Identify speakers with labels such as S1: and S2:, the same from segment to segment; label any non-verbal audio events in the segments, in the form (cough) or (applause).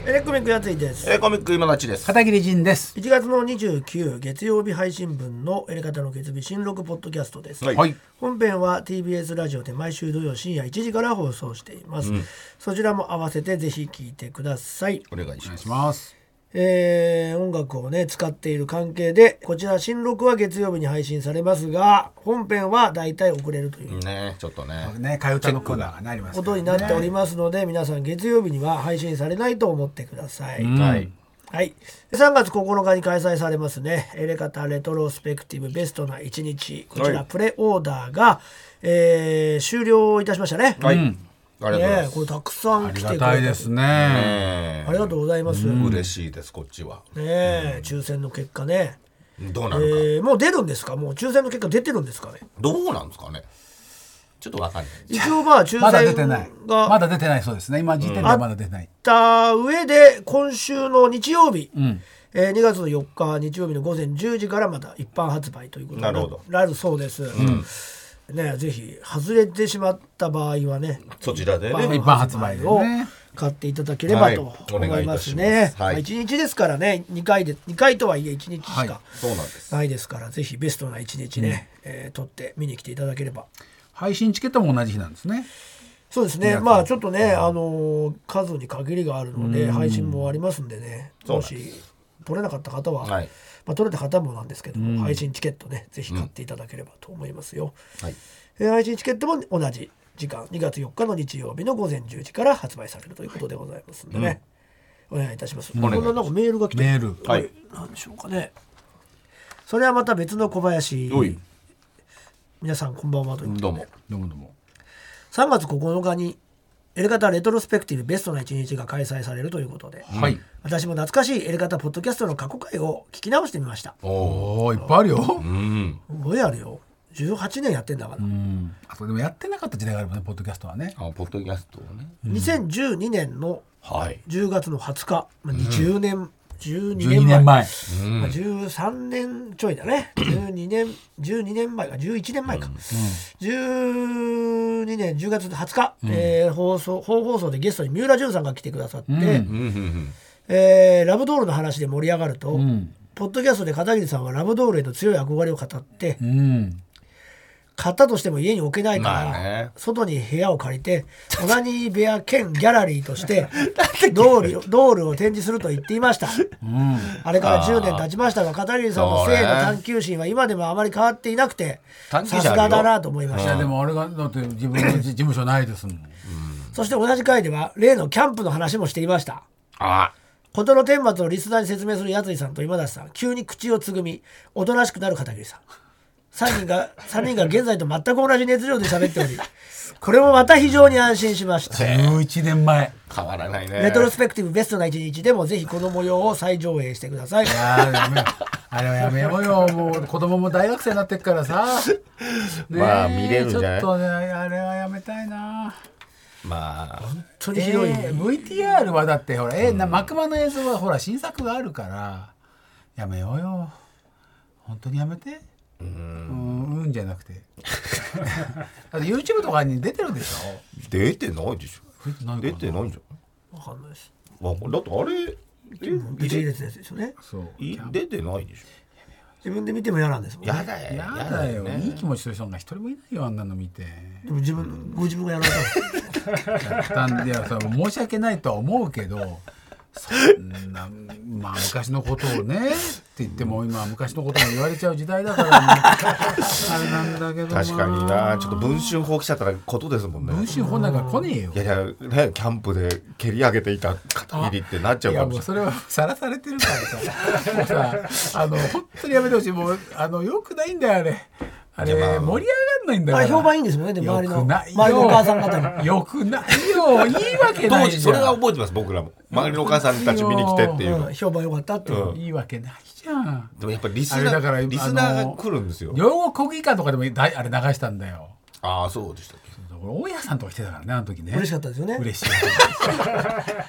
S1: エレコミックやついです
S2: エレコミック今立ちです
S3: 片桐仁です。
S1: 1月の29月曜日配信分のエレカタの決日新録ポッドキャストです、
S2: はい
S3: はい。
S1: 本編は TBS ラジオで毎週土曜深夜1時から放送しています、そちらも合わせてぜひ聞いてください、
S2: お願いします
S3: します。
S1: えー音楽をね使っている関係でこちら新録は月曜日に配信されますが本編はだいたい遅れるという
S2: ねちょっとね
S3: ね、替え歌のコーナーがなります
S1: こ
S3: から
S1: と
S3: ね。
S1: になっておりますので皆さん月曜日には配信されないと思ってください、
S2: はい
S1: はい、3月9日に開催されますね「エレカタレトロスペクティブベストな一日」こちら、
S2: はい
S1: プレオーダーが、えー終了いたしましたね。
S2: はいありがとうござい
S1: ねえ
S2: ま
S1: こ
S2: す
S1: れたくさん
S3: あ
S1: 来
S3: り
S1: てくれ
S3: が
S1: た
S3: たいですね。
S2: え
S1: ありがとうございます。
S2: ー
S1: ね
S2: 嬉しいですこっちは
S1: え抽選の結果ね、
S2: どうな
S1: え
S2: のか
S1: ーもう出るんですかもう抽選の結果出てるんですかね
S2: どうなんですかねちょっとわかんない
S1: 一応まあ抽選が
S3: まだ出てない。まだ出てないそうですね。今時点ではまだ出てない
S1: ちょっと待っ。た上で今週の日曜日、えー2月の4日日曜日の午前10時からまた一般発売ということに
S2: なるほど
S1: なるそうです。ね、ぜひ外れてしまった場合はね
S2: そちらでね
S3: 一般発売でね
S1: を買っていただければと
S2: はいお
S1: 思
S2: 願い
S1: い
S2: い
S1: ま
S2: た
S1: す
S2: します
S1: ね。
S2: はい
S1: 1日ですからね2回で2回とはいえ1日し
S3: はい
S1: か
S2: そうなんです
S1: ないですから、ぜひベストな1日ね、えー取って見に来ていただければ
S3: 配信チケットも同じ日なんですね。
S1: そうですね、まあちょっとね、あのー数に限りがあるので、配信もありますんでね、
S2: そう
S1: も
S2: なんです
S1: し取れなかった方は、
S2: はい
S1: まあ、取れた方もなんですけども、配信チケットね、ぜひ買っていただければと思いますよ。
S2: はい
S1: えー配信チケットも同じ時間、2月4日の日曜日の午前10時から発売されるということでございますんでね、お願いいたします。こん
S2: 願い
S1: な
S2: します
S1: なんかメールが来て
S3: メール
S1: は
S2: はい
S1: い、なんでしょうかね。それはまた別の小林、
S2: おい
S1: 皆さんこんばんはということで
S2: どうも
S3: どうもどうも。
S1: 3月9日にエレガタレトロスペクティブベストな一日が開催されるということで、
S3: はい。
S1: 私も懐かしいエレガタポッドキャストの過去回を聞き直してみました
S2: おー
S3: おお、いっぱいあるよ。
S2: うん
S1: すごいあるよ18年やってんだから、
S3: うん。あとでもやってなかった時代があるもんね、ポッドキャストはね。
S2: あポッドキャストをね
S1: 2012年の
S2: はい
S1: 10月の20日、まあ、20年、12
S3: 12
S1: 年前
S3: 年前。
S1: まあ、13年ちょいだね12年12年前か11年前か、12年10月20日、えー放送本放送でゲストに三浦淳さんが来てくださって、
S2: うんうんうん
S1: えーラブドールの話で盛り上がると、
S3: ん
S1: ポッドキャストで片桐さんはラブドールへの強い憧れを語って、
S3: うん。
S1: 買ったとしても家に置けないから、
S2: まあね
S1: 外に部屋を借りて隣部屋兼ギャラリーと
S2: (laughs)
S1: してドールをドールを展示すると言っていました、あれから10年経ちましたが片桐さんの性の探求心は今でもあまり変わっていなくてさ
S2: 探求
S1: す
S2: 心ある
S1: が
S2: よ
S1: だなと思いま
S3: い
S1: し
S3: や
S1: た
S3: でも俺がだって自分の事事務所ないですもん。
S1: そして同じ回では例のキャンプの話もしていました
S2: あ
S1: 事の顛末をリスナーに説明するやついさんと今田さん急に口をつぐみおとなしくなる片桐さん3人が (laughs) 三人が現在と全く同じ熱量で喋っておりこれもまた非常に安心しました
S3: 11年前。
S2: 変わらないね
S1: レトロスペクティブベストな一日でもぜひこの模様を再上映してください
S3: あーやめよう (laughs) あれはやめようよもう子供も大学生になってっからさ、ねえ
S2: まあ見れるんじゃない
S3: ちょっとねあれはやめたいな、
S2: まあ
S1: 本当に
S3: え
S1: ひどいね、
S3: ー VTR はだってほら、えーな幕間の映像はほら新作があるからやめようよ本当にやめてうんうんじゃなくてだって YouTube とかに出てるでしょ
S2: 出てないでし
S3: 出て
S2: ょ
S3: ないかな
S2: 出てないんじ
S1: わかんないです
S2: ゃんわかんだってあれえ
S1: ビジネスですよね
S3: そう
S2: い出てないでし
S1: 自分で見ても嫌なんですも
S2: ょ
S1: んね
S2: やだよ
S3: やだよ、
S2: ね
S3: いい気持ちする人が一人もいないよあんなの見て
S1: でも自分ご自分がやられたんです
S3: やったんでいやそれ申し訳ないとは思うけどそんなまあ昔のことをねって言っても今は昔のことも言われちゃう時代だから、ね、あれなんだけど
S2: 確かになちょっと文春放棄しちゃったらことですもんね
S3: 文春本なんか来ねえよ
S2: いやいやねキャンプで蹴り上げていた片桐ってなっちゃう
S3: い
S2: か
S3: や
S2: もし
S3: も
S2: れ
S3: う
S2: ない
S3: それはさらされてるからさ (laughs) もうさあの本当にやめてほしいもうあのよくないんだよあれあれ
S2: いやまあ
S3: 盛り上がんないんだか
S1: ま
S3: ら
S1: あ評判いいんですよねでも
S3: よ
S1: 周りの
S3: くな
S1: 周
S3: い
S1: り
S3: よ
S1: のお母さん方に
S3: よくないよいいわけな
S2: 当
S3: い
S2: 時
S3: じゃん
S2: それは覚えてます僕らも周りのお母さんたち見に来てっていうの、
S1: うん評判良かったっていう、
S2: うん
S3: いいわけないじゃん
S2: でもやっぱりリス
S3: あれ
S2: ナ
S3: だから
S2: ーリスナ
S3: あ
S2: ー
S3: の
S2: が来るんですよ
S3: 両国国技館とかでもだいあれ流したんだよ
S2: ああそうでしたっけ
S3: 俺大家さんとか来てたからねあの時ね
S1: 嬉しかったですよね
S3: 嬉し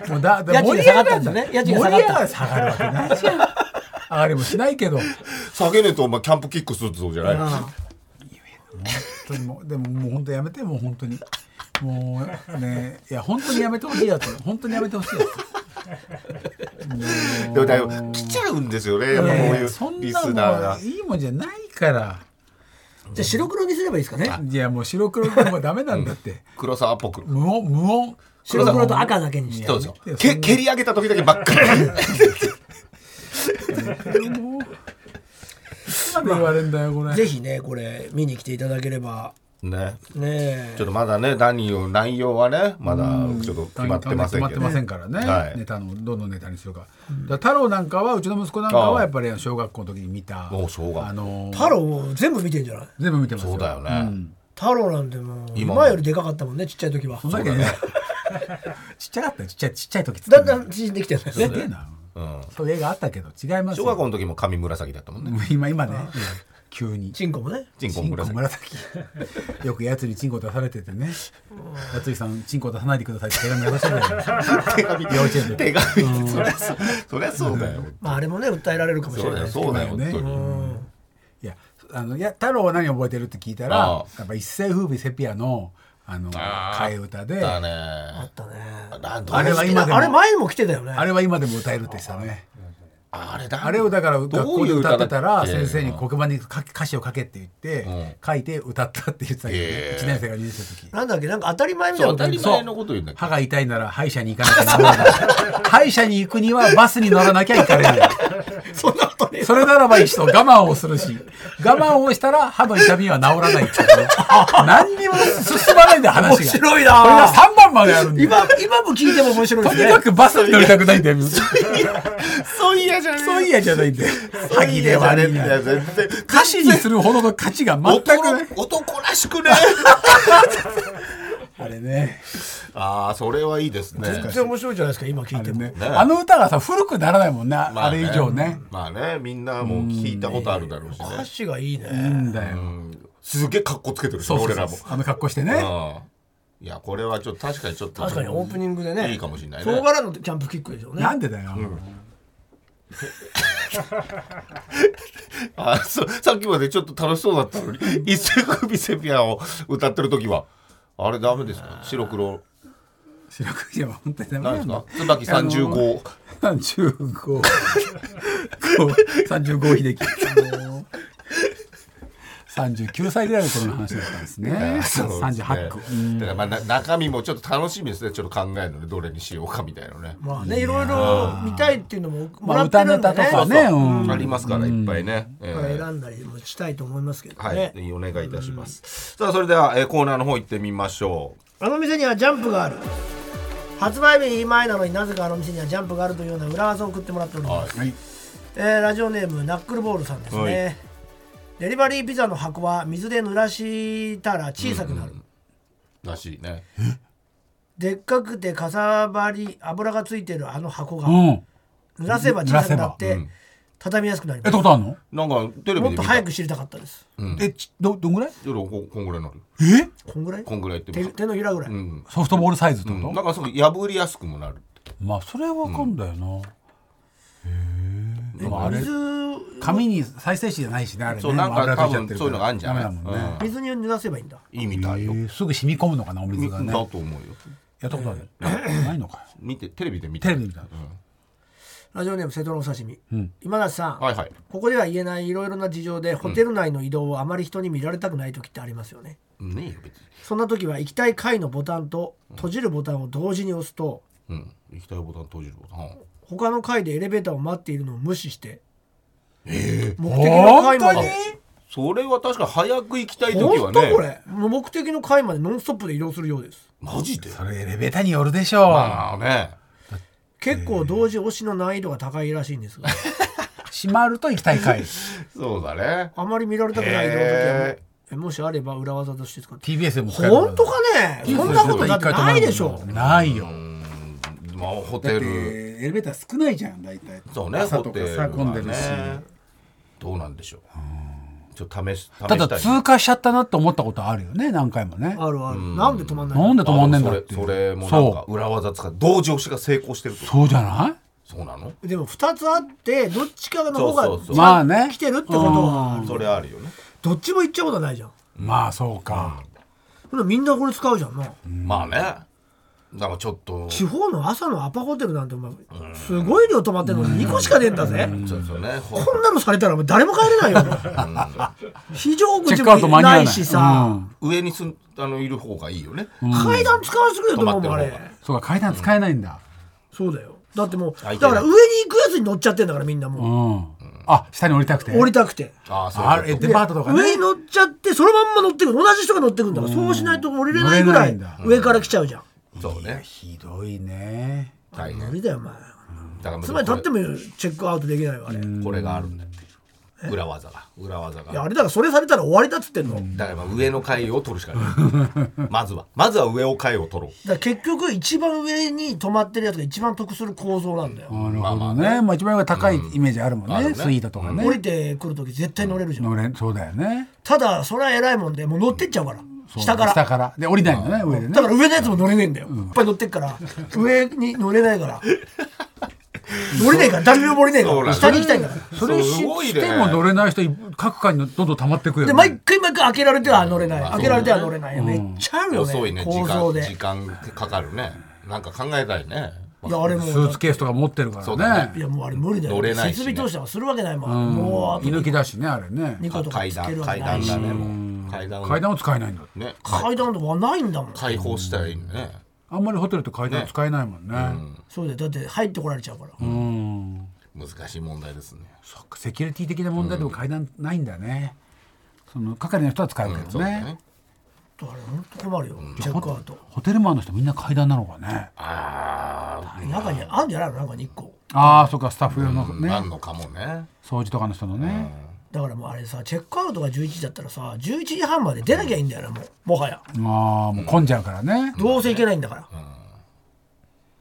S3: いもうだだ
S1: 家賃が下がったんですよね
S3: 盛り上
S1: 家賃が下がった
S3: がる下がるわけないじゃん上がりもしないけど
S2: 下げねえとお前キャンプキックするぞじゃない、
S3: 本当にもうでももう本当やめてもう本当にもうねいや本当にやめてほしいやつ本当にやめてほしいや
S2: でもだいぶ来ちゃうんですよねやっ
S3: つ
S2: ぱこう
S3: いやい
S2: い
S3: やそん
S2: う
S3: な
S2: リスナー
S3: も
S2: が
S3: ういいもんじゃないから
S1: じゃあ白黒にすればいいですかね
S3: いやもう白黒でもうダメなんだって
S2: 黒沢っぽく
S3: 無音無音
S1: 白黒と赤だけにして
S2: そうですよ
S3: いや
S2: け蹴り上げた時だけばっかり (laughs)
S3: もういつまで言われんだよこれ
S1: ぜひねこれ見に来ていただければ
S2: ね
S1: ねえ
S2: ちょっとまだね何を内容はねまだちょっと決まってませんけど
S3: 決まってませんからね、
S2: はい
S3: ネタのどのネタにしようか,、だから太郎なんかはうちの息子なんか
S2: あ
S3: は
S2: あ
S3: やっぱり小学校の時に見た
S2: おう小学校
S3: あのー
S1: 太郎も全部見てんじゃない
S3: 全部見てますよ
S2: そうだよね、
S1: 太郎なんてもう
S2: 今
S1: 今
S2: も
S1: よりでかかったもんねちっちゃい時は
S3: そんだけね (laughs) ちっちゃかったよちっちゃいちっちゃい時っつって
S1: だん
S3: も
S1: だん縮んできてるんです
S3: す
S1: ね
S3: げえな
S2: うん
S3: そういう映画あったけど違います
S2: (laughs) 小
S3: よ
S2: 学校の時も髪紫だったもんね
S3: 今今ね急に
S1: チンコもね
S2: チンコ
S3: チンコ
S2: 紫
S3: 紫よくやつにチンコ出されててね「やついさんチンコ出さないでください」って手紙出したんだよ
S2: 手紙
S3: 幼稚園の時
S2: 手紙って (laughs) そりゃそうそりゃそうだよ
S1: まああれもね訴えられるかもし
S2: そ
S1: れ
S2: う
S1: ない
S2: だよ
S1: です
S2: そうだよ本当
S3: ね
S2: に
S3: いやあのいや太郎は何覚えてるって聞いた
S2: あ
S3: ら
S2: あ
S3: やっぱ一世風靡セピアのあの替え歌で
S2: だね
S1: あったね
S2: なんと
S3: あれは今でも
S1: あれ前にも来てたよね
S3: あれは今でも歌えるってしたね
S2: あれだ
S3: あれをだから学校で歌ってたら先生に
S2: こ
S3: 黒板に書き歌詞を書けって言って、
S2: うん
S3: 書いて歌ったって言ってたけど、ね
S2: へえ
S3: 1年生が2年生の時
S1: なんだっけなんか当たり前みたい
S2: そう
S1: な
S2: 当
S1: こと
S2: た
S1: 言
S2: り
S1: う
S2: 前のこと言うんだけ
S3: 歯が痛いなら歯医者に行かなきゃならない歯医者に行くにはバスに乗らなきゃ行かれない
S1: そんなことねえ
S3: それならばいい人我慢をするし我慢をしたら歯の痛みは治らないっていうね何にも進まないんだよ話が
S1: 面白い
S3: これが
S1: な
S3: 3番まであるんだよ
S1: 今今も聞いても面白いで
S3: と
S1: す
S3: に
S1: ね
S3: かくバスに乗りたくないんだよ。
S2: どそういやじゃね
S3: そういやじゃないんだよ。
S2: え
S3: 萩で悪い
S2: い
S3: な
S2: や。絶対
S3: 歌詞にするほどの価値が全くない。
S2: 男男らしくね
S3: あれね。
S2: ああそれはいいですね
S1: 全然面白いじゃないですか今聞い
S3: あ
S1: て
S3: れ
S1: も、
S3: ね。
S2: ね
S3: あの歌がさ、古くならないもんね。
S2: ま
S3: あれ以上ね。
S2: まあねみんなもう聞いたことあるだろうしね
S1: 歌詞がいいね、
S3: いいんだよ。
S2: すげえ格好つけてるし
S3: そうそう
S2: 俺
S3: そ
S2: ら
S3: う
S2: も。
S3: あの格好してね。
S2: うんいやこれはちょっと確かにちょっと
S1: 確かにオープニングでね
S2: いいかもしれない
S1: 総
S2: ね
S1: 柄のキャンプキックでしょうね
S3: なんでだよ。
S2: あそうさっきまでちょっと楽しそうだった
S3: (laughs)
S2: のに「一世首セピア」を歌ってる時はあれダメですか白黒
S3: 白くじは本当にダメ
S2: なん
S3: な
S2: です
S3: んだ
S2: か。椿三十五
S3: (laughs) 三十五。三十五秀樹。三十九歳ぐらいの頃の話だったんですね。三十八区。うん
S2: だからまあな中身もちょっと楽しみですねちょっと考えるのでどれにしようかみたいなね
S1: まあねいろいろ見たいっていうのももらってる
S3: 歌
S1: んで、ね
S3: ネタとかね。うん
S2: ありますからいっぱいねえ
S1: まあ
S2: ー
S1: 選んだりもしたいと思いますけど
S2: は
S1: ね、
S2: いお願いいたしますさあそれではえーコーナーの方行ってみましょう
S1: あの店にはジャンプがある発売日前なのになぜかあの店にはジャンプがあるというような裏技を送ってもらっております、
S3: はい。
S1: えーラジオネームナックルボールさんですね、
S2: はい
S1: デリバリーピザの箱は水で濡らしたら小さくなる、
S2: らしいね
S1: でっかくてかさばり油がついてるあの箱が、
S3: うん。
S1: 濡らせば小さくなっ
S3: 濡
S1: て、畳みやすくなりま
S3: え、ど
S1: す
S3: ことあんの。
S2: なんかテレビで
S1: もっ
S2: 見
S1: と
S2: た
S1: 早く知りたかったです
S3: え、ちど、どんぐらい。
S2: 夜ここんぐらいになる
S3: え、
S1: こんぐらい
S2: こんぐらいって
S1: 手手のひらぐらい、
S2: うん
S3: ソフトボールサイズってこと。
S2: なんかすごい破りやすくもなるって
S3: まあ、それはわかんだよな。へえ。まあ、あれ。
S1: 水
S3: 紙に再生紙じゃないしね、あれね。
S2: そうなんか
S3: 油
S2: 多
S3: 溶いちゃって
S2: 分
S3: る
S2: そういうのがあるんじゃない
S3: ダメだもんね。
S1: 水に濡らせばいいんだ
S2: うんいいみたいよ
S3: えーすぐ染み込むのかな、お水
S2: み
S3: が
S2: だ
S3: ね。
S2: と思うよ
S3: やったことある。ないのかよ。
S2: 見てテレビで見て
S3: テレビみたいな。
S1: ラジオネーム瀬戸のお刺身、今田さん、
S2: はいはい
S1: ここでは言えないいろいろな事情でホテル内の移動をあまり人に見られたくない時ってありますよね、
S2: ねえよ別に
S1: そんな時は行きたい階のボタンと閉じるボタンを同時に押すと
S2: うん、行きたいボタン閉じるボタン、うん
S1: 他の階でエレベーターを待っているのを無視して、目的の
S3: 本
S1: 階
S3: 当
S1: ま
S3: に
S1: で
S2: それは確かに早く行きたい時は
S1: 本当
S2: ね
S1: これもう目的の階までノンストップで移動するようです
S2: マジで
S3: それエレベーターによるでしょう、
S2: まあね
S1: 結構同時押しの難易度が高いらしいんですが
S3: 閉まると行きたい回
S2: そうだね
S1: あまり見られたくない移動の時は
S2: へ
S1: えもしあれば裏技として使って
S3: TBS でも使える
S1: 本当かねそんなことだってないでしょ
S3: ないよ
S2: まあホ
S4: だ
S2: テ
S4: って
S2: ル
S4: エレベーター少ないじゃん大体
S2: そうね
S4: 朝
S2: ホ
S4: と
S2: テ
S4: か
S2: ル
S4: さ混んでるし
S2: はねどうなんでしょうちょっと試し試した
S3: た
S2: い
S3: だ通過しちゃったなって思ったことあるよね何回もね
S1: あるあるなんで止まんない
S3: なんで止まんねえんだって
S2: あ
S3: い
S2: で
S3: う
S2: もそれそれもなんか
S3: そ
S2: 裏技使う同時押しが成功してると
S3: うそうじゃない
S2: そうなの
S1: でも2つあってどっちかの方が
S2: そうそう
S1: ちゃ
S2: そう
S1: んと
S3: まあね
S1: 来てるってことはある
S2: それあるよね
S1: どっちも行っちゃうことはないじゃん
S3: まあそうか、
S1: ほらみんなこれ使うじゃんな
S2: まあねだからちょっと
S1: 地方の朝のアパホテルなんてお前すごい量泊まってるのに2個しかねえんだぜ
S2: そうですよねほ
S1: こんなのされたらお前誰も帰れないよ非常
S3: チェ
S1: 口
S3: ックアウト間
S1: も
S3: に合わ
S1: な
S3: ない
S1: いしさ
S2: 上にすんあのいる方がいいよね
S1: 階段使わすぎると思うもんあ
S2: 止まってる
S1: れ
S2: 方が
S3: そうか階段使えないんだ
S1: そうだよだってもう
S2: 空
S1: だ
S2: いてない
S1: から上に行くやつに乗っちゃってんだからみんな
S3: う
S1: も
S3: ん、あ下に降りたくて
S1: う降りたくて
S2: ああそう
S3: あ
S2: いう
S3: れ
S2: こと
S3: デパートとかね
S1: 上に乗っちゃってそのまんま乗ってくる同じ人が乗ってくるんだからそうしないと降りれないぐ
S3: 乗
S1: ら
S3: れない
S1: い
S3: んだ
S1: 上から来ちゃうじゃん
S2: そうね
S3: ひどいね
S2: 大
S1: 無
S2: 変
S1: 理だよお前
S2: だから
S1: つまり立ってもチェックアウトできないわあれい
S2: これがあるんだって裏技が裏技
S1: やあ
S2: が
S1: れだからそれされたら終わりだっつってんの
S2: だから上の階を取るし
S1: (laughs)
S2: かないまずはまずは上を階を取ろう
S1: だから結局一番上に止まってるやつが一番得する構造なんだよ、
S3: なるほどね、まあ、一番上が高いイメージあるもんね,、
S2: あるね
S3: スイートとかね、
S1: 降りてくる時絶対乗れるじゃん、
S3: 乗れそうだよね
S1: ただそれは偉いもんでもう乗ってっちゃうから、
S3: そう
S1: 下から
S3: 下からで降りないんだね上でね
S1: だから上のやつも乗れねえんだよ、いっぱい乗ってっから上に乗れないから乗れねえから誰にも乗れねえか
S2: そうなん
S1: ら
S2: だ
S1: 下に行きたいんだから
S3: それし
S2: すごい
S3: し
S2: ね
S3: ても乗れない人各階にどんどん溜まってくよ、ね、
S1: で毎回毎回開けられては乗れない、開けられては乗れない、めっちゃあるよ
S2: 遅い
S1: ね
S2: ね時
S1: 構造
S2: 間
S1: で
S2: 時間かかるねなんか考えたいね
S1: いやあれも
S3: スーツケースとか持ってるから
S2: そうだ
S3: ね
S1: いやもうあれ無理だよ
S2: 乗れないし
S1: 設
S2: ね
S1: 備投資とかするわけないもん、もうあと
S3: 居抜きだしねあれね
S1: 2個とか
S2: 階
S1: つけ
S2: 段
S1: るわ
S2: 階
S1: けな
S2: 段
S1: いし
S2: だねもう階段を
S3: 階段を使えないんだ
S2: ね
S1: 階段とかないんだもん
S2: 開放したらいいね
S3: あんまりホテルって階段使えないもんね
S1: そうだよだって入ってこられちゃうから、
S3: うん
S2: 難しい問題ですね
S3: そっかセキュリティ的な問題でも階段ないんだね、その係の人は使うけ
S2: そ
S3: ど
S2: う
S3: ね,、
S2: だね
S1: だから本当困るよ、チェックアウト
S3: ホテルマンの人みんな階段なのかね
S2: あ
S1: 中にあるんじゃないの中に1個
S3: ああそっかスタッフ用の
S2: あ
S3: ね
S2: なんのかもね
S3: 掃除とかの人のね、
S1: だからもうあれさチェックアウトが11時だったらさ11時半まで出なきゃいいんだよなもうもはや
S3: ああもう混んじゃうからね、
S1: どうせいけないんだから、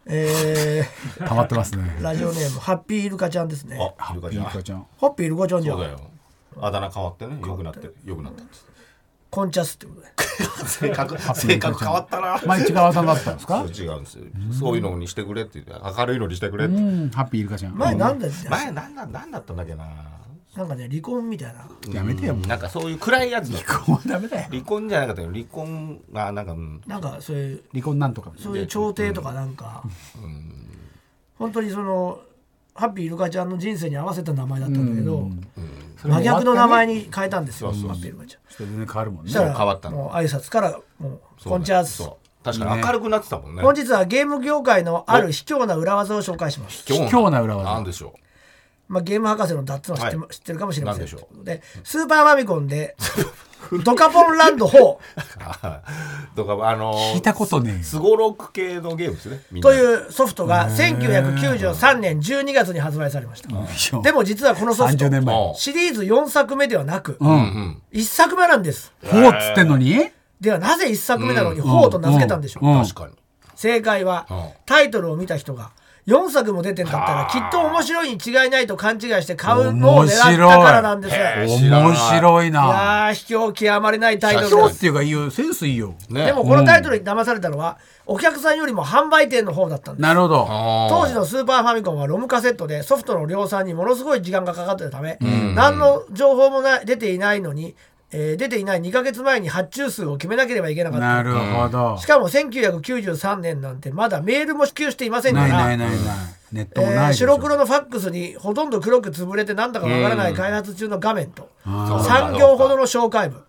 S1: え
S2: (laughs)
S3: 溜まってますね
S1: ー、ラジオネームハッピーイルカちゃんですね
S2: あいるか
S3: ピ
S2: じゃ
S3: ン
S2: あ
S3: カちゃん
S1: ハッピーイルカちゃんじゃ
S2: そうんだよあだ名変わってね良くなってる良くなったって
S1: コンチャスってことで
S2: 性格性格変わったな
S3: 前違川さんだったんですか
S2: そう違うんですよそういうのにしてくれって言って明るいのにしてくれって
S3: うんハッピーイルカちゃん
S1: 前なんだって、
S2: 前なんだなんだったんだっけな
S1: なんかね離婚みたいな
S3: やめてよもう
S2: なんかそういう暗いやつだ
S3: 離婚はダメだよ
S2: 離婚じゃなかったけど離婚がなんかうん
S1: なんかそういう
S3: 離婚なんとか
S1: そういう調停とかなんか、本当にそのハッピーイルカちゃんの人生に合わせた名前だったんだけど、真逆の名前に変えたんですよ、ハッピーイルカちゃん。
S3: 全然変わるもんね
S1: そしたら
S2: 変わったの
S1: もう挨拶からもう「こんにちは」
S2: そう確かに明るくなってたもんね
S1: 本日はゲーム業界のある卑怯な裏技を紹介します。
S3: 卑怯な裏技
S2: なんでしょ
S1: まあ、ゲーム博士のダッツンは知って,、
S2: はい
S1: 知ってるかもしれません
S2: なんでしょ
S1: でスーパーファミコンで「ドカポンランド4
S2: うとかあの
S3: 聞いたことねえよ
S2: すごろく系のゲームですねみ」んな
S1: というソフト
S2: (laughs)
S1: が1993年12月に発売されました。
S3: うん
S1: でも実はこのソフト
S3: 30年前
S2: も
S1: シリーズ4作目ではなく、
S2: うん
S1: 1作目なんです。
S3: ほうっつってんのに
S1: ではなぜ1作目なのに「4」と名付けたんでしょう、
S3: うん
S2: 確かに
S1: 正解は、
S2: うん
S1: タイトルを見た人が4作も出てんだったらきっと面白いに違いないと勘違いして買うのを狙ったからなんですいや
S2: 面白いへー知らない
S3: 面白いな
S1: ー卑怯極まれないタイト
S3: 今
S1: ル
S3: 日
S1: で
S3: っ
S1: す
S3: ていうかいいよセンスいいよ
S2: ね
S1: でもこのタイトルに騙されたのはお客さんよりも販売店の方だったんです
S3: なるほど
S1: 当時のスーパーファミコンはロムカセットでソフトの量産にものすごい時間がかかってたため、何の情報もない出ていないのに、えー出ていない2ヶ月前に発注数を決めなければいけなかった
S3: なるほど
S1: しかも1993年なんてまだメールも支給していませんか
S3: ない
S1: ら
S3: ないないないネッ
S1: え
S3: トもない
S1: ー
S3: でしょ
S1: 白黒のファックスにほとんど黒く潰れてなんだかわからない開発中の画面と
S2: ん
S1: 3行ほどの紹介文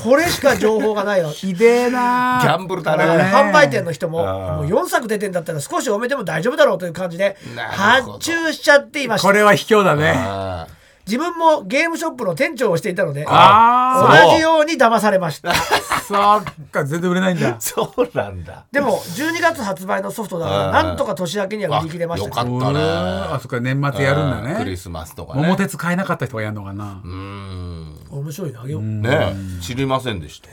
S1: これしか情報がない
S3: (laughs)
S1: よ
S3: ひでえな
S2: ギャンブルだ
S1: だか
S2: ね
S1: ら販売店の人も
S2: あー
S1: もう4作出てんだったら少し多めても大丈夫だろうという感じで
S2: なるほど
S1: 発注しちゃっていまし
S3: こ
S1: た
S3: れは卑怯だね
S2: あ
S1: 自分もゲームショップの店長をしていたので
S3: あ
S2: そう
S1: 同じように騙されました
S3: あそっか全然売れないんだ
S2: ーそうなんだ
S1: (laughs) でも12月発売のソフトだか
S2: う
S1: ら
S2: ん
S1: なんとか年明けには売り切れました
S2: あよ
S1: ね
S2: かったね
S3: うーあそっか年末やるん
S2: あー
S3: だ
S2: クリ
S3: ね
S2: スマスとかね
S3: 桃鉄買えなかった人がやるのかな
S2: うーん
S1: 面白いなよ
S2: ねえ知りませんでした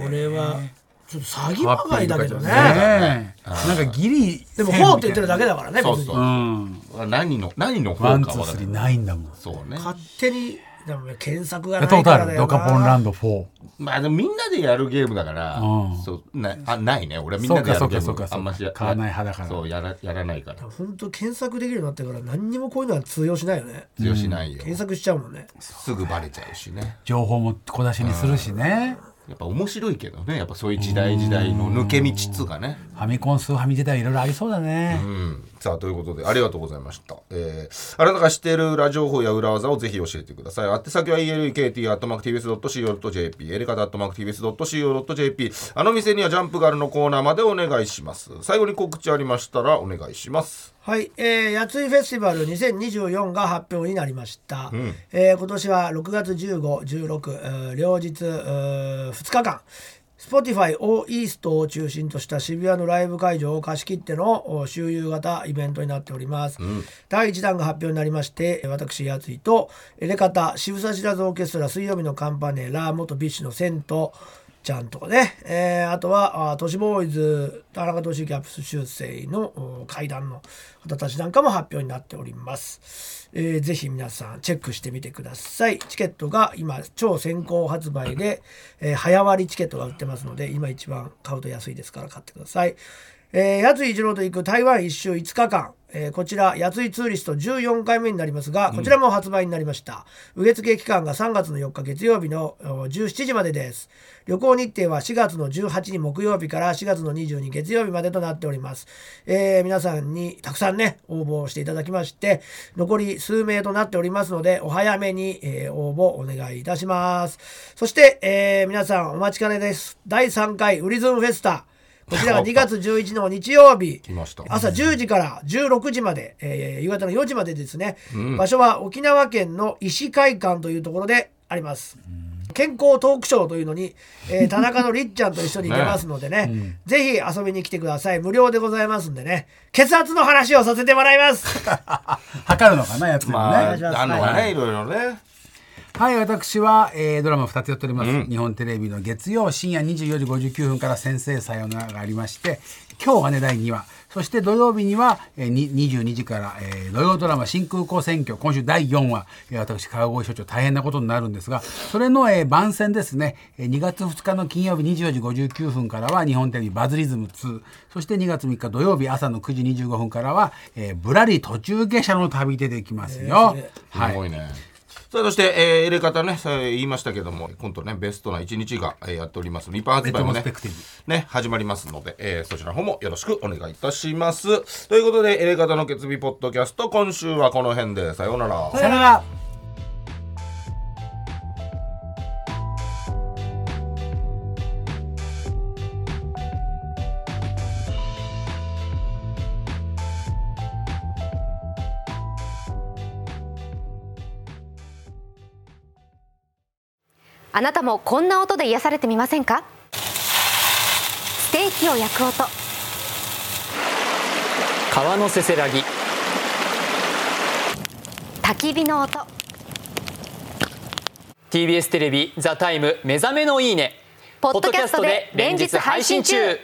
S1: これはちょっと詐欺まがいだけどね
S3: ねえなんかギリ
S1: でも「ほう」って言ってるだけだからね
S2: そう
S1: 別に
S3: う
S2: そ
S3: ん
S2: う何の何の方か
S3: ワ
S2: は
S3: ンツースリーないんだもん
S2: そうね
S1: 勝手にでもね検索が
S3: や
S1: な
S3: っ
S1: い
S3: たこ
S1: か
S3: とあ
S1: らだ
S3: る
S1: よな
S3: ドカポンランド4
S2: まあでもみんなでやるゲームだから、
S3: うん
S2: そうなあないね俺はみんなでやるゲ
S3: そう
S2: ー
S3: かそうかそうか
S2: ム
S3: そうか
S2: あんましや
S3: 買わない派だから
S2: そうやらやらないから
S1: 本当検索できるようになってから何にもこういうのは通用しないよね
S2: 強しないよ、
S1: 検索しちゃうもんね
S2: すぐバレちゃうしね
S3: 情報も小出しにするしね
S2: やっぱ面白いけどねやっぱそういう時代時代の抜け道っつうかね
S3: ファミコンスーファミ時代いろいろありそうだね
S2: うんさあということでありがとうございました、えー、あなたが知っている裏情報や裏技をぜひ教えてください宛先は elkt.mactvs.co.jp エレカタ .mactvs.co.jp あの店にはジャンプガールのコーナーまでお願いします最後に告知ありましたらお願いします
S1: はい、えー、やついフェスティバル2024が発表になりました、えー今年は6月1516、えー両日、えー2日間 Spotify オーイーストを中心とした渋谷のライブ会場を貸し切ってのお周遊型イベントになっております、第1弾が発表になりましてえー私やついとエレカタ渋沢知らずオーケストラ水曜日のカンパネラ元ビッシュの銭湯ちゃんとかね、えーあとはあー都市ボーイズ田中俊之アップス修正のお会談の方たちなんかも発表になっております、えーぜひ皆さんチェックしてみてくださいチケットが今超先行発売で、えー早割りチケットが売ってますので今一番買うと安いですから買ってくださいえー、やつい一郎と行く台湾1周5日間、えーこちらやついツーリスト14回目になりますがこちらも発売になりました、受付期間が3月の4日月曜日のお17時までです旅行日程は4月の18日木曜日から4月の22日月曜日までとなっております、えー皆さんにたくさんね応募をしていただきまして残り数名となっておりますのでお早めに、えー応募お願いいたしますそして、えー皆さんお待ちかねです第3回ウリズムフェスタこちらが2月11日の日曜日
S2: 来ました
S1: 朝10時から16時まで、えー夕方の4時までですね、場所は沖縄県の医師会館というところであります。健康トークショーというのに、えー田中のりっちゃんと一緒に行けますのでね (laughs) ぜひ遊びに来てください無料でございますんでね血圧の話をさせてもらいます
S3: 測るのかなやつもね、
S2: まあ
S1: お願いします
S2: あのは
S1: は
S2: ねいろいろね
S3: はい、私は、えードラマ2つやっております、日本テレビの月曜深夜24時59分から「先生さよなら」がありまして今日がね第2話そして土曜日には、えー、に22時から、えー土曜ドラマ「新空港選挙」今週第4話、えー私川越所長大変なことになるんですがそれの、えー番宣ですね、えー2月2日の金曜日24時59分からは日本テレビ「バズリズム2」そして2月3日土曜日朝の9時25分からは「えーぶらり途中下車の旅」出てきますよ。はい
S2: すごいね。さあそして、えー、入れ方ね、さあ言いましたけども、今度ね、ベストな一日が、えーやっております。一般発売も
S3: レ
S2: ね
S3: トロスペクティ、
S2: ね、始まりますので、えーそちらの方もよろしくお願いいたします。ということで、入れ方の決意ポッドキャスト、今週はこの辺で、さようなら。
S3: さよなら
S5: あなたもこんな音で癒されてみませんかステーキを焼く音
S6: 川のせせらぎ
S5: 焚き火の音
S6: TBS テレビ「ザタイム目覚めのいいね」
S5: ポッドキャストで連日配信中